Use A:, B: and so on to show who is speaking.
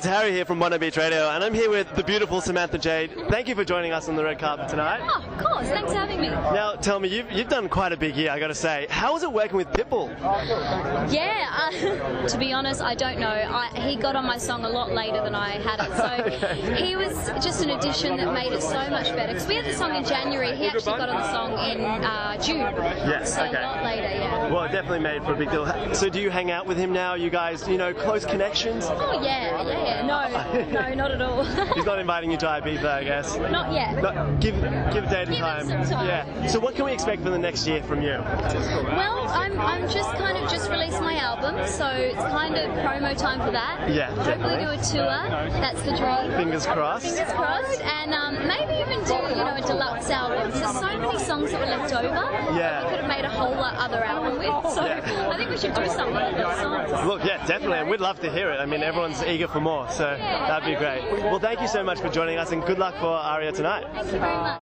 A: It's Harry here from Wanna Beach Radio, and I'm here with the beautiful Samantha Jade. Thank you for joining us on the red carpet tonight.
B: Oh, of course. Thanks for having me.
A: Now, tell me, you've, you've done quite a big year, I gotta say. How was it working with Pitbull?
B: Yeah. Uh, to be honest, I don't know. I, he got on my song a lot later than I had it, so he was just an addition that made it so much better. Because we had the song in January. He actually got on the song in uh, June.
A: Yes,
B: So
A: okay.
B: A lot later. Yeah.
A: Well, it definitely made for a big deal. So, do you hang out with him now? You guys, you know, close connections?
B: Oh yeah, yeah, yeah. No, no, not at all.
A: He's not inviting you to Ibiza, I guess.
B: not yet.
A: But give, give a date and
B: Give us
A: time.
B: some time.
A: Yeah. So, what can we expect for the next year from you?
B: Well, I'm, I'm just kind of just released my album, so it's kind of promo time for that.
A: Yeah,
B: Hopefully do
A: definitely.
B: a tour. That's the dream.
A: Fingers crossed.
B: fingers crossed, and um, maybe even do you know a deluxe album. There's so many songs that were left over.
A: Yeah.
B: that We could have made a whole lot other album with. So
A: Yeah.
B: I think we should do something with those songs.
A: Look, yeah, definitely, and we'd love to hear it. I mean, everyone's eager for more, so that'd be great. Well, thank you so much for joining us, and good luck for Aria tonight.
B: Thank you very much.